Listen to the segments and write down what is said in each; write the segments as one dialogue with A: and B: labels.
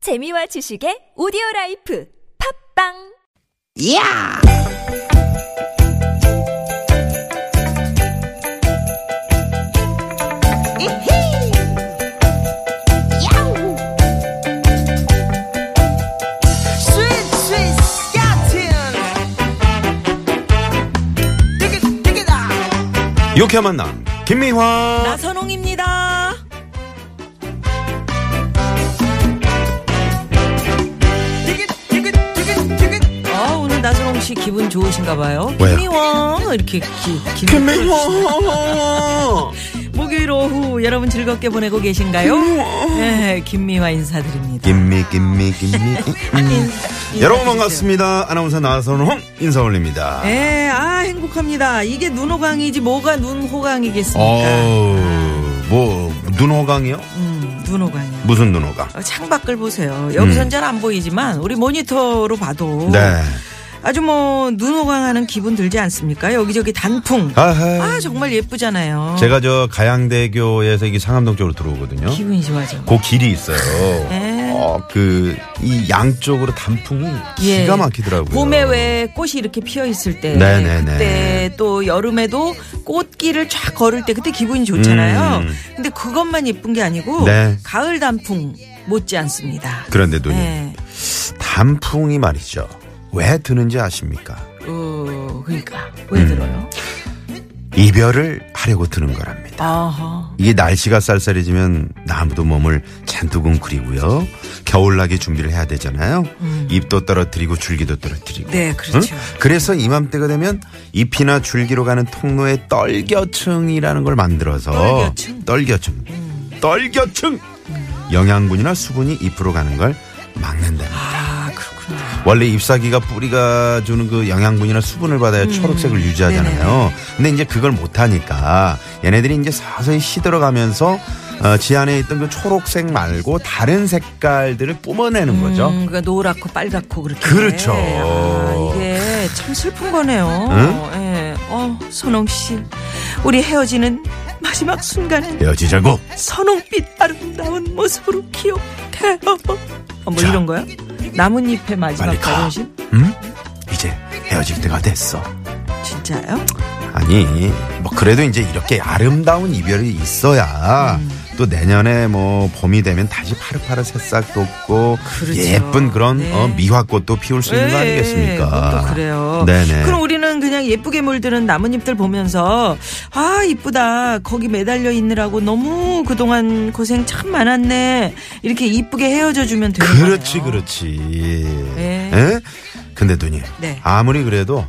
A: 재미와 지식의 오디오 라이프 팝빵
B: 야! 이히! 야우! 스윗, 스윗, 스캇틴! 티켓, 티켓아!
C: 유쾌한 만남
D: 아,
C: 김미화
D: 나선홍입니다.
B: 티켓, 티켓, 티켓, 티켓!
D: 아, 오늘 나선홍 씨 기분 좋으신가 봐요.
C: 왜요?
D: 김미왕 이렇게 기, 기분
C: 김미화
D: 좋으시- 목요일 오후 여러분 즐겁게 보내고 계신가요? 네, 김미화 인사드립니다.
C: 김미 김미 김미 음. 여러분 반갑습니다 아나운서 나선홍 인사 올립니다
D: 네, 아 행복합니다. 이게 눈호강이지 뭐가
C: 어.
D: 눈호강이겠습니까?
C: 어뭐 눈호강이요
D: 음, 눈호강이요.
C: 무슨 눈호강
D: 어, 창밖을 보세요. 여기선 잘 안 보이지만 우리 모니터로 봐도
C: 음. 네
D: 아주 뭐 눈호강하는 기분 들지 않습니까? 여기저기 단풍.
C: 아하
D: 아 정말 예쁘잖아요.
C: 제가 저 가양대교에서 이 상암동 쪽으로 들어오거든요
D: 기분이 좋아져.
C: 그 길이 있어요 어,
D: 네.
C: 어그이 양쪽으로 단풍이
D: 예.
C: 기가 막히더라고요
D: 봄에 왜 꽃이 이렇게 피어 있을 때
C: 네네네.
D: 그때 또 여름에도 꽃길을 쫙 걸을 때 그때 기분이 좋잖아요.
C: 음.
D: 근데 그것만 예쁜 게 아니고
C: 네.
D: 가을 단풍 못지 않습니다.
C: 그런데 누님
D: 네.
C: 단풍이 말이죠 왜 드는지 아십니까
D: 어, 그러니까 왜
C: 음.
D: 들어요?
C: 이별을 하려고 드는 거랍니다.
D: 아하.
C: 이게 날씨가 쌀쌀해지면 나무도 몸을 잔뜩 웅크리고요. 겨울나기 준비를 해야 되잖아요. 잎도 떨어뜨리고 줄기도 떨어뜨리고.
D: 음. 네, 그렇죠.
C: 그래서 이맘때가 되면 잎이나 줄기로 가는 통로에 떨겨층이라는 걸 만들어서
D: 떨겨층? 음.
C: 떨겨층, 떨겨층! 영양분이나 수분이 잎으로 가는 걸 막는다.
D: 아, 그렇구나.
C: 원래 잎사귀가 뿌리가 주는 그 영양분이나 수분을 받아야 초록색을 유지하잖아요. 근데 이제 그걸 못하니까 얘네들이 이제 서서히 시들어가면서 어, 지 안에 있던 그 초록색 말고 다른 색깔들을 뿜어내는 거죠.
D: 음, 그러니까 노랗고 빨갛고 그렇게.
C: 그렇죠.
D: 아, 이게 참 슬픈 거네요.
C: 응?
D: 예. 어, 선홍 씨. 우리 헤어지는 마지막 순간에
C: 헤어지자고.
D: 선홍빛 아름다운 모습으로 기억해요. 어, 뭐
C: 자.
D: 이런 거야? 나뭇잎의 마지막
C: 빨리 가.
D: 결혼식?
C: 응? 음? 이제 헤어질 때가 됐어.
D: 진짜요?
C: 아니 뭐 그래도 이제 이렇게 아름다운 이별이 있어야 또 내년에 뭐 봄이 되면 다시 파릇파릇 새싹 돋고
D: 그렇죠.
C: 예쁜 그런
D: 네.
C: 어, 미화꽃도 피울 수 있는 거
D: 예,
C: 아니겠습니까?
D: 그것도 그래요.
C: 네네.
D: 그럼 우리는 그냥 예쁘게 물드는 나뭇잎들 보면서 아 이쁘다 거기 매달려 있느라고 너무 그동안 고생 참 많았네 이렇게 이쁘게 헤어져 주면 되는 거예요.
C: 그렇지 그렇지.
D: 네.
C: 예? 근데 누님
D: 네.
C: 아무리 그래도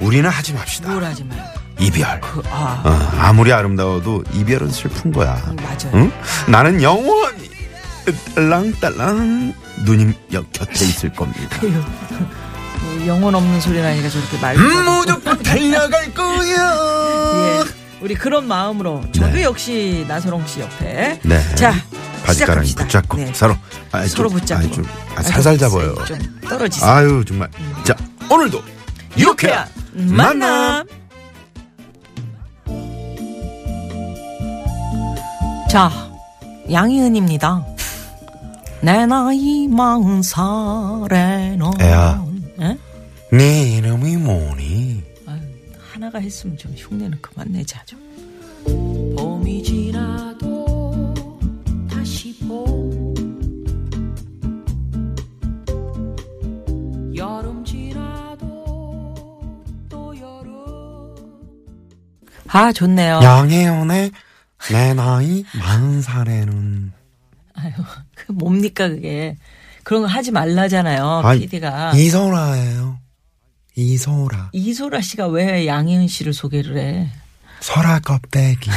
C: 우리는 하지 맙시다.
D: 뭘 하지 마요.
C: 이별.
D: 그, 아,
C: 어, 아무리 아름다워도 이별은 슬픈 거야.
D: 음, 맞아요.
C: 응? 나는 영원히 딸랑딸랑 누님 옆 곁에 있을 겁니다.
D: 이뭐 영혼 없는 소리라니까 저렇게 말.
C: 어. 음, 무조건 달려갈 거야.
D: 예. 우리 그런 마음으로 저도
C: 아. 네.
D: 역시 나선홍 씨 옆에.
C: 네.
D: 자,
C: 바지가랑이
D: 시작합시다.
C: 붙잡고
D: 네.
C: 서로 아,
D: 서로
C: 좀,
D: 붙잡고.
C: 아, 좀, 아, 살살 잡아요.
D: 좀 떨어지세요. 음.
C: 아유 정말. 자 오늘도 이렇게
D: 유쾌한 만남. 자, 양희은입니다. 내 나이 마흔 살에 너.
C: 애야.
D: 예?
C: 네 이름이 뭐니?
D: 아유, 하나가 했으면 좀 흉내는 그만 내자 좀. 봄이 지나도 다시 봄. 여름 지나도 또 여름. 아 좋네요.
C: 양혜원의 내 나이 만 살에는.
D: 아유 그 뭡니까 그게 그런 거 하지 말라잖아요.
C: 아,
D: PD가
C: 이소라예요. 이소라.
D: 이소라 씨가 왜 양희은 씨를 소개를 해?
C: 소라 껍데기.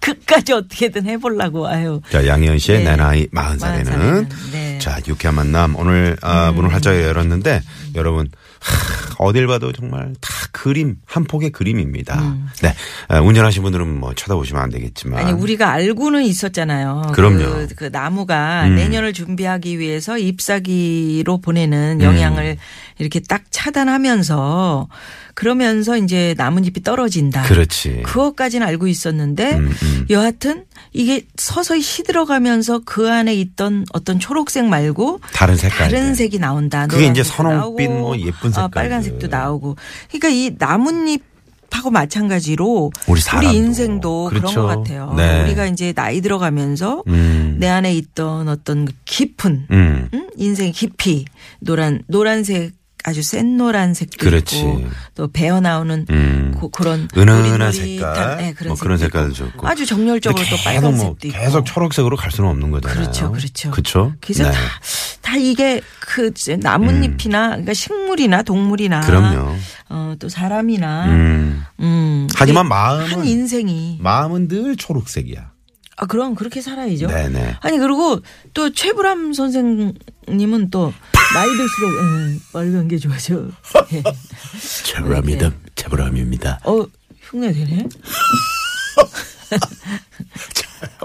D: 끝까지 어떻게든 해보려고 아유.
C: 자 양혜원 씨의
D: 네.
C: 내 나이 마흔 살에는.
D: 마흔 살에는, 네. 음.
C: 자 유쾌한 만남 오늘 아, 문을 활짝 열었는데 여러분. 하, 어딜 봐도 정말 다 그림 한 폭의 그림입니다. 네 아, 운전하신 분들은 뭐 쳐다보시면 안 되겠지만
D: 음. 아니 우리가 알고는 있었잖아요.
C: 그럼요. 음.
D: 그, 그 나무가 내년을 준비하기 위해서 잎사귀로
C: 음.
D: 보내는 영양을 이렇게 딱 차단하면서 그러면서 이제 나뭇잎이 떨어진다.
C: 그렇죠. 그렇지.
D: 그것까지는 알고 있었는데
C: 예. 음.
D: 여하튼 이게 서서히 시들어가면서 그 안에 있던 어떤 초록색 말고
C: 다른 색깔.
D: 다른 색이 나온다.
C: 그게 이제
D: 노란색도
C: 선홍빛
D: 나오고,
C: 뭐 예쁜
D: 아,
C: 색깔들.
D: 빨간색도 나오고. 그러니까 이 나뭇잎 하고 마찬가지로
C: 우리 사람도.
D: 인생도 그런
C: 그렇죠.
D: 것 같아요.
C: 네.
D: 우리가 이제 나이 들어가면서
C: 음.
D: 내 안에 있던 어떤 그 깊은
C: 음.
D: 음? 인생 깊이 노란 노란색 아주 센 노란색도
C: 그렇지.
D: 있고 또 배어 나오는
C: 음.
D: 고- 그런
C: 은은한
D: 노릿노릿한,
C: 색깔,
D: 네,
C: 뭐
D: 그런,
C: 그런
D: 색도
C: 색깔도
D: 있고.
C: 좋고.
D: 아주 정열적으로
C: 근데
D: 또
C: 계속
D: 빨간색도
C: 뭐
D: 있고
C: 계속 초록색으로 갈 수는 없는 거잖아요.
D: 그렇죠, 그렇죠.
C: 그렇죠.
D: 그래서
C: 네.
D: 다, 다 이게 그 이제 나뭇잎이나 그러니까 식물이나 동물이나
C: 음. 그럼요.
D: 어, 또 사람이나 음.
C: 음. 하지만 마음은
D: 한 인생이
C: 마음은 늘 초록색이야.
D: 아 그럼 그렇게 살아야죠.
C: 네네.
D: 아니 그리고 또 최불암 선생님은 또 나이 들수록 음, 빨간 게 좋아져. 예.
C: 제브람이다. 제브람입니다.
D: 어 흉내 되네.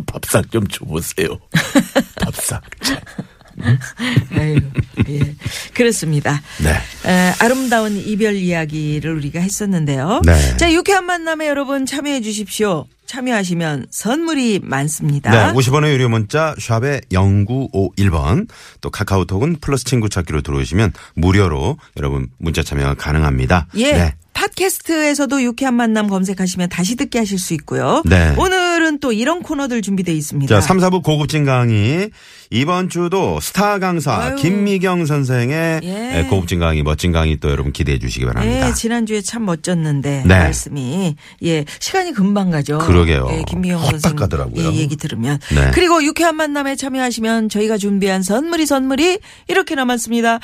C: 밥상 좀 줘보세요. 밥상.
D: 아유, 예. 그렇습니다.
C: 네.
D: 에, 아름다운 이별 이야기를 우리가 했었는데요.
C: 네.
D: 자, 유쾌한 만남에 여러분 참여해 주십시오. 참여하시면 선물이 많습니다.
C: 네, 50원의 유료 문자 샵에 0951번 또 카카오톡은 플러스 친구 찾기로 들어오시면 무료로 여러분 문자 참여가 가능합니다.
D: 예.
C: 네.
D: 팟캐스트에서도 유쾌한 만남 검색하시면 다시 듣게 하실 수 있고요.
C: 네.
D: 오늘은 또 이런 코너들 준비되어 있습니다.
C: 자, 3, 4부 고급진 강의. 이번 주도 스타 강사
D: 아유.
C: 김미경 선생의
D: 예.
C: 에, 고급진 강의, 멋진 강의 또 여러분 기대해 주시기 바랍니다.
D: 예, 지난주에 참 멋졌는데
C: 네.
D: 말씀이 예 시간이 금방 가죠.
C: 그러게요.
D: 예, 김미영
C: 헛딱
D: 선생
C: 가더라고요.
D: 예, 얘기 들으면
C: 네.
D: 그리고 유쾌한 만남에 참여하시면 저희가 준비한 선물이 선물이 이렇게 남았습니다.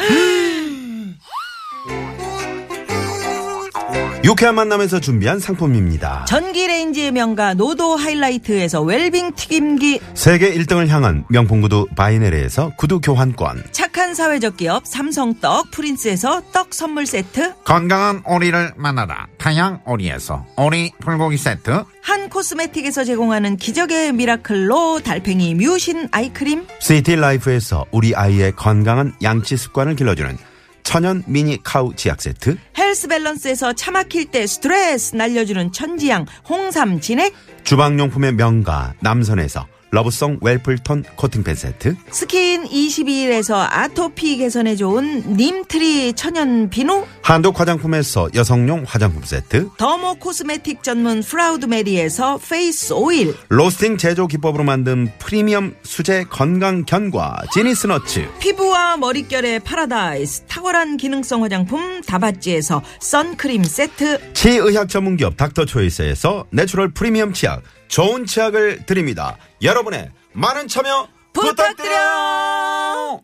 C: 유쾌한 만남에서 준비한 상품입니다.
D: 전기레인지의 명가 노도 하이라이트에서 웰빙 튀김기
C: 세계 1등을 향한 명품 구두 바이네르에서 구두 교환권.
D: 착한 사회적 기업 삼성떡 프린스에서 떡 선물 세트
E: 건강한 오리를 만나다 타양 오리에서 오리 불고기 세트
D: 한 코스메틱에서 제공하는 기적의 미라클로 달팽이 뮤신 아이크림
C: 시티 라이프에서 우리 아이의 건강한 양치 습관을 길러주는 천연 미니 카우 치약 세트.
D: 헬스 밸런스에서 차 막힐 때 스트레스 날려주는 천지향 홍삼 진액
C: 주방용품의 명가 남선에서 러브송 웰플턴 코팅팬 세트.
D: 스킨 22일에서 아토피 개선에 좋은 님트리 천연 비누
C: 한독 화장품에서 여성용 화장품 세트.
D: 더모 코스메틱 전문 프라우드 메리에서 페이스 오일
C: 로스팅 제조 기법으로 만든 프리미엄 수제 건강 견과 지니스너츠.
D: 피부와 머릿결의 파라다이스 탁월한 기능성 화장품 다바찌에서 선크림 세트
C: 치의학 전문기업 닥터초이스에서 내추럴 프리미엄 치약 좋은 치약을 드립니다. 여러분의 많은 참여 부탁드려요.
D: 부탁드려요.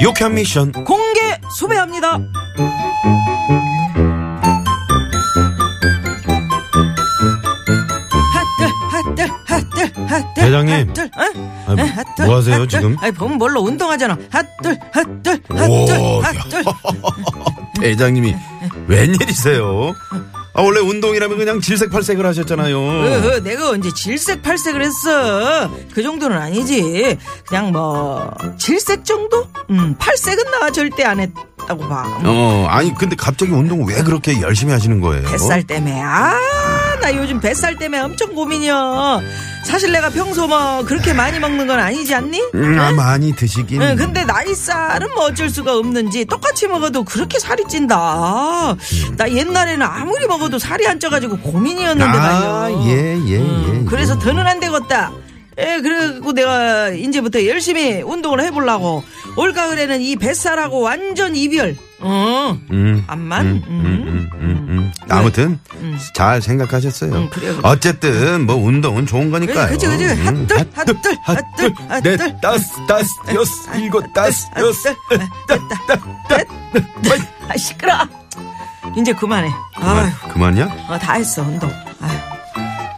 C: 유쾌한 미션
D: 공개 수배합니다. 핫들 핫들 핫들 핫들
C: 대장님.
D: 핫들, 응?
C: 아니,
D: 응,
C: 뭐
D: 핫들,
C: 하세요,
D: 핫들.
C: 지금?
D: 어, 아니 보면 뭘로 운동하잖아. 핫들 핫들
C: 오,
D: 핫들 핫들
C: 대장님이 웬일이세요? 아 원래 운동이라면 그냥 질색팔색을 하셨잖아요.
D: 어, 내가 언제 질색팔색을 했어? 그 정도는 아니지. 그냥 뭐 질색 정도? 음, 팔색은 나 절대 안 했다고 봐.
C: 어 아니 근데 갑자기 운동 왜 그렇게 열심히 하시는 거예요?
D: 뱃살 때문에 아 나 요즘 뱃살 때문에 엄청 고민이야. 사실 내가 평소 뭐 그렇게 많이 먹는 건 아니지 않니?
C: 음, 아, 많이 드시긴.
D: 응, 네, 근데 나이 살은 뭐 어쩔 수가 없는지 똑같이 먹어도 그렇게 살이 찐다. 나 옛날에는 아무리 먹어도 살이 안 쪄가지고 고민이었는데
C: 아,
D: 말이야.
C: 예, 예, 예, 예.
D: 그래서 더는 안 되겠다. 예, 그래고 내가 이제부터 열심히 운동을 해보려고 올가을에는 이 뱃살하고 완전 이별. 어,
C: 음,
D: 암만.
C: 음, 음, 음, 음. 아무튼 잘 생각하셨어요.
D: 음, 그래요, 그래요.
C: 어쨌든 뭐 운동은 좋은 거니까요.
D: 그치, 그치, 그치.
C: 음,
D: 핫둘, 핫둘, 핫둘, 네, 핫둘.
C: 넷, 네, 다섯, 다섯, 여섯, 일곱,
D: 네,
C: 다섯, 여섯.
D: 아, 시끄러. 이제 그만해. 아휴,
C: 그만, 그만이야?
D: 어, 다 했어 운동. 아휴.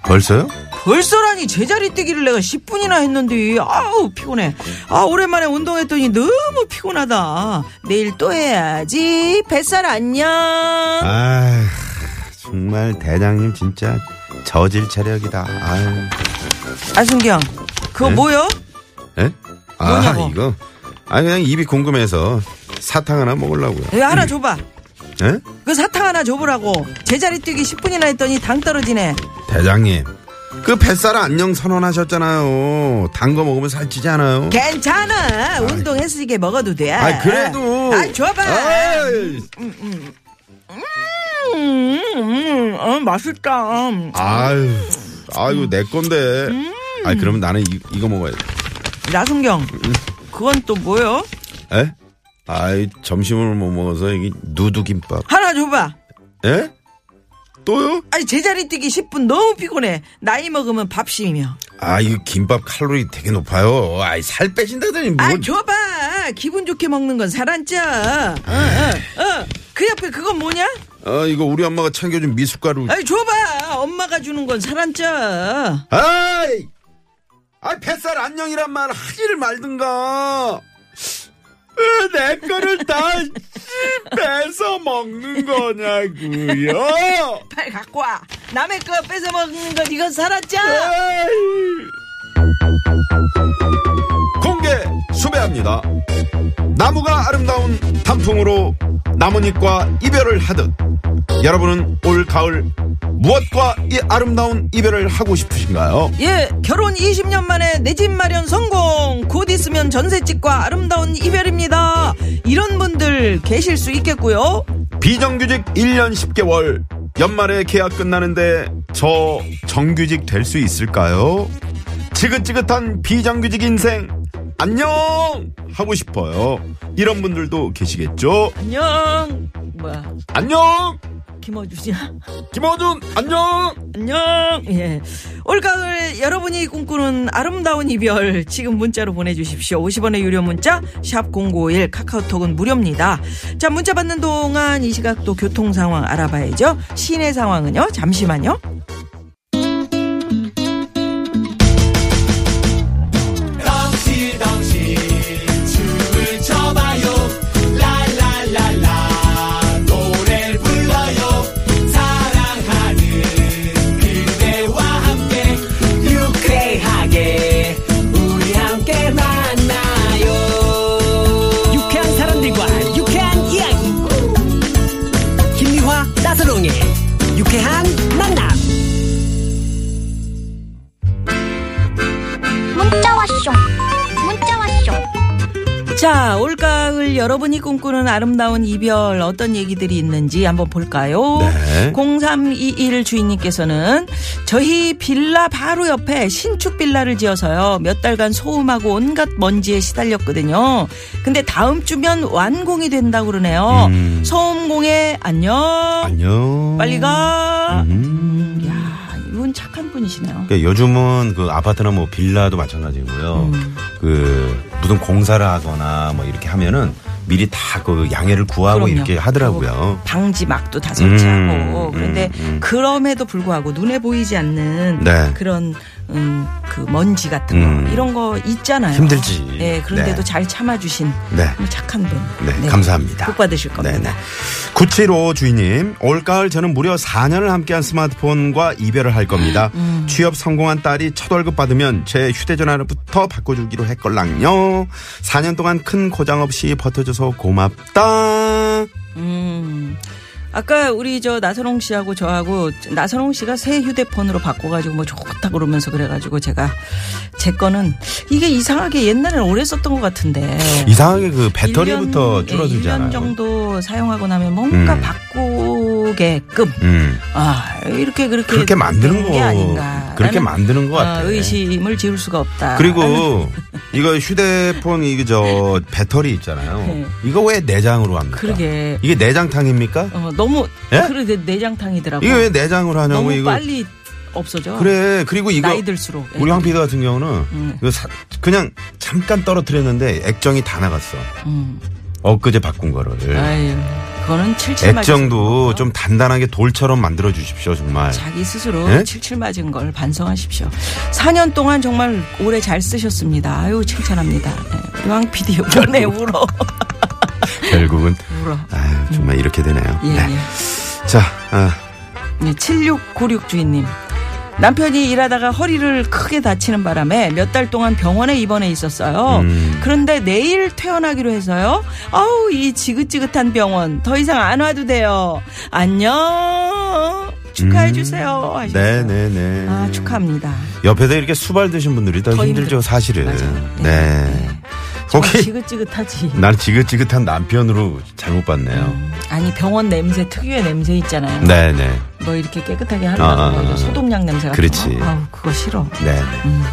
C: 벌써요?
D: 어? 벌써라니 제자리 뛰기를 내가 10분이나 했는데 아우 피곤해 아 오랜만에 운동했더니 너무 피곤하다 내일 또 해야지 뱃살 안녕
C: 아, 정말 대장님 진짜 저질 체력이다. 아유.
D: 아순경 그거
C: 네?
D: 뭐요?
C: 예? 아,
D: 뭐냐고.
C: 이거 아니 그냥 입이 궁금해서 사탕 하나 먹으려고요.
D: 이거 하나 줘봐.
C: 예?
D: 그 사탕 하나 줘보라고. 제자리 뛰기 10분이나 했더니 당 떨어지네.
C: 대장님 그 뱃살 안녕 선언하셨잖아요. 단 거 먹으면 살찌지 않아요.
D: 괜찮아. 운동했으니까 먹어도 돼.
C: 아 그래도.
D: 아, 줘봐.
C: 아이,
D: 음, 음, 음, 맛있다. 음.
C: 아유, 아유 내 건데. 아 그러면 나는 이, 이거 먹어야 돼.
D: 나순경. 그건 또 뭐요?
C: 에? 예? 아이 점심을 못 먹어서 이게 누드김밥.
D: 하나 줘봐.
C: 에? 또요?
D: 아니, 제자리 뛰기 10분 너무 피곤해. 나이 먹으면 밥심이며.
C: 아, 이 김밥 칼로리 되게 높아요. 아이, 살 빼신다더니 뭐. 뭘.
D: 아, 줘봐. 기분 좋게 먹는 건 살안쪄. 어, 어, 어. 그 옆에 그건 뭐냐?
C: 아, 이거 우리 엄마가 챙겨준 미숫가루.
D: 아니, 줘봐. 엄마가 주는 건 살안쪄.
C: 아이! 아, 뱃살 안녕이란 말 하지를 말든가. 으, 내 거를 다 빼서 먹는 거냐고요.
D: 팔 갖고 와. 남의 거 뺏어 먹는 건 이건 살았죠?
C: 공개 수배합니다. 나무가 아름다운 단풍으로 나뭇잎과 이별을 하듯 여러분은 올 가을 무엇과 이 아름다운 이별을 하고 싶으신가요?
D: 예, 결혼 20년 만에 내 집 마련 성공. 곧 있으면 전셋집과 아름다운 이별입니다. 이런 분들 계실 수 있겠고요.
C: 비정규직 1년 10개월 연말에 계약 끝나는데 저 정규직 될 수 있을까요? 지긋지긋한 비정규직 인생 안녕 하고 싶어요. 이런 분들도 계시겠죠?
D: 안녕. 뭐야,
C: 안녕
D: 김어주냐?
C: 김어준 안녕
D: 안녕. 예. 올가을 여러분이 꿈꾸는 아름다운 이별 지금 문자로 보내주십시오. 50원의 유료 문자 샵 #051 카카오톡은 무료입니다. 자 문자 받는 동안 이 시각 또 교통 상황 알아봐야죠. 시내 상황은요. 잠시만요.
F: 유쾌한 사람들과 유쾌한 이야기 김미화 나서롱의 유쾌한 만남
G: 문자 왔쇼 문자 왔쇼
D: 자 올가을 여러분이 꿈꾸는 아름다운 이별 어떤 얘기들이 있는지 한번 볼까요?
C: 네.
D: 0321 주인님께서는 저희 빌라 바로 옆에 신축 빌라를 지어서요. 몇 달간 소음하고 온갖 먼지에 시달렸거든요. 근데 다음 주면 완공이 된다고 그러네요.
C: 음.
D: 소음공예 안녕.
C: 안녕
D: 빨리 가.
C: 음.
D: 야, 이분 착한 분이시네요.
C: 그러니까 요즘은 그 아파트나 뭐 빌라도 마찬가지고요
D: 음.
C: 그 무슨 공사를 하거나 뭐 이렇게 하면은 미리 다 그 양해를 구하고
D: 그럼요.
C: 이렇게 하더라고요
D: 방지막도 다 설치하고
C: 음,
D: 그런데
C: 음, 음.
D: 그럼에도 불구하고 눈에 보이지 않는
C: 네.
D: 그런 음, 그 먼지 같은 거
C: 음.
D: 이런 거 있잖아요.
C: 힘들지.
D: 네, 그런데도
C: 네.
D: 잘 참아주신
C: 네.
D: 정말 착한 분.
C: 네, 감사합니다.
D: 복 받으실 겁니다.
C: 네네. 975 주인님, 올가을 저는 무려 4년을 함께한 스마트폰과 이별을 할 겁니다.
D: 음.
C: 취업 성공한 딸이 첫 월급 받으면 제 휴대전화부터 바꿔주기로 했걸랑요. 4년 동안 큰 고장 없이 버텨줘서 고맙다.
D: 음. 아까 우리 저 나선홍 씨하고 저하고 나선홍 씨가 새 휴대폰으로 바꿔가지고 뭐 좋다 그러면서 그래가지고 제가 제 거는 이게 이상하게 옛날에는 오래 썼던 것 같은데
C: 이상하게 그 배터리부터
D: 1년, 예, 1년
C: 줄어들잖아요.
D: 정도 사용하고 나면 뭔가
C: 음.
D: 바꾸게끔
C: 음.
D: 아 이렇게 그렇게
C: 그렇게 만드는
D: 된
C: 거.
D: 게 아닌가
C: 그렇게
D: 라는,
C: 만드는 것
D: 어,
C: 같아요.
D: 의심을 지울 수가 없다.
C: 그리고 이거 휴대폰 이거 저 배터리 있잖아요.
D: 네.
C: 이거 왜 내장으로 합니까?
D: 그러게
C: 이게 내장탕입니까?
D: 어, 너무
C: 예?
D: 그래 내장탕이더라고.
C: 이게 왜 내장으로 하냐고
D: 아, 뭐. 너무
C: 이거
D: 빨리 없어져.
C: 그래 그리고 이거
D: 나이 들수록 예.
C: 우리 황 PD 같은 경우는
D: 음.
C: 이거 사- 그냥 잠깐 떨어뜨렸는데 액정이 다 나갔어
D: 음.
C: 엊그제 바꾼 거를
D: 아유, 그거는 칠칠 맞은
C: 액정도
D: 거고요.
C: 좀 단단하게 돌처럼 만들어 주십시오 정말
D: 자기 스스로
C: 예?
D: 칠칠 맞은 걸 반성하십시오. 4년 동안 정말 오래 잘 쓰셨습니다. 아유 칭찬합니다. 네. 우리 황 PD 이번에 울어.
C: 결국은
D: 울어.
C: 아유, 정말 이렇게 되네요
D: 예,
C: 네.
D: 예.
C: 자 아,
D: 네, 7696 주인님. 남편이 일하다가 허리를 크게 다치는 바람에 몇 달 동안 병원에 입원해 있었어요.
C: 음.
D: 그런데 내일 퇴원하기로 해서요. 아우 이 지긋지긋한 병원 더 이상 안 와도 돼요. 안녕 축하해 주세요. 하셨어요.
C: 음. 네, 네네네.
D: 아 축하합니다.
C: 옆에서 이렇게 수발 드신 분들이 더,
D: 더
C: 힘들죠,
D: 힘들-
C: 사실은.
D: 맞아요.
C: 네.
D: 정말
C: 혹시
D: 지긋지긋하지.
C: 난 지긋지긋한 남편으로 잘못 봤네요.
D: 아니 병원 냄새 특유의 냄새 있잖아요.
C: 네네.
D: 뭐 이렇게 깨끗하게 하려고
C: 아, 아, 아.
D: 뭐 소독약 냄새 같은
C: 그렇지.
D: 거. 아우 그거 싫어.
C: 네네. 음.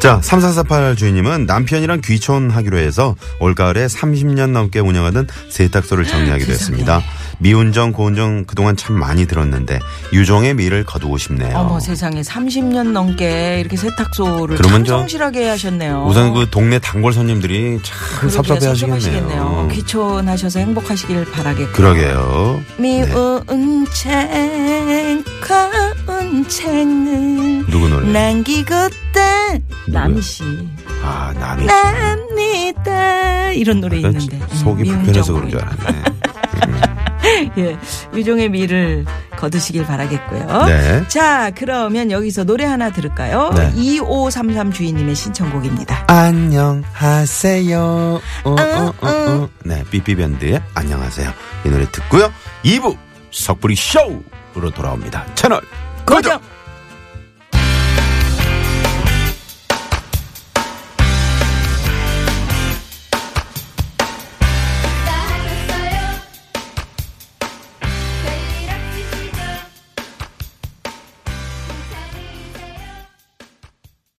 C: 자, 3448 주인님은 남편이랑 귀촌하기로 해서 올가을에 30년 넘게 운영하던 세탁소를
D: 아,
C: 정리하기로 했습니다. 미운정, 고운정 그동안 참 많이 들었는데 유종의 미를 거두고 싶네요.
D: 어머 세상에 30년 넘게 이렇게 세탁소를
C: 그러면
D: 참
C: 저-
D: 성실하게 하셨네요.
C: 우선 그 동네 단골 손님들이 참
D: 그러게요.
C: 섭섭해 하시겠네요. 어.
D: 섭섭하시겠네요. 귀촌하셔서 행복하시길 바라겠고.
C: 그러게요.
D: 미운 챙, 거운 챙을
C: 누구 노래?
D: 네. 남기고 떠. 남이 씨.
C: 아, 남이.
D: 네. 남이다. 이런 노래
C: 약간
D: 있는데. 음,
C: 속이
D: 미운
C: 불편해서
D: 정도로.
C: 그런 줄 알았네.
D: 예, 유종의 미를 거두시길 바라겠고요.
C: 네.
D: 자, 그러면 여기서 노래 하나 들을까요?
C: 네.
D: 2533 주인님의 신청곡입니다.
C: 안녕하세요. 어, 어, 어, 어. 네, 삐삐밴드의 안녕하세요. 이 노래 듣고요. 2부 석불이 쇼로 돌아옵니다. 채널
D: 고정!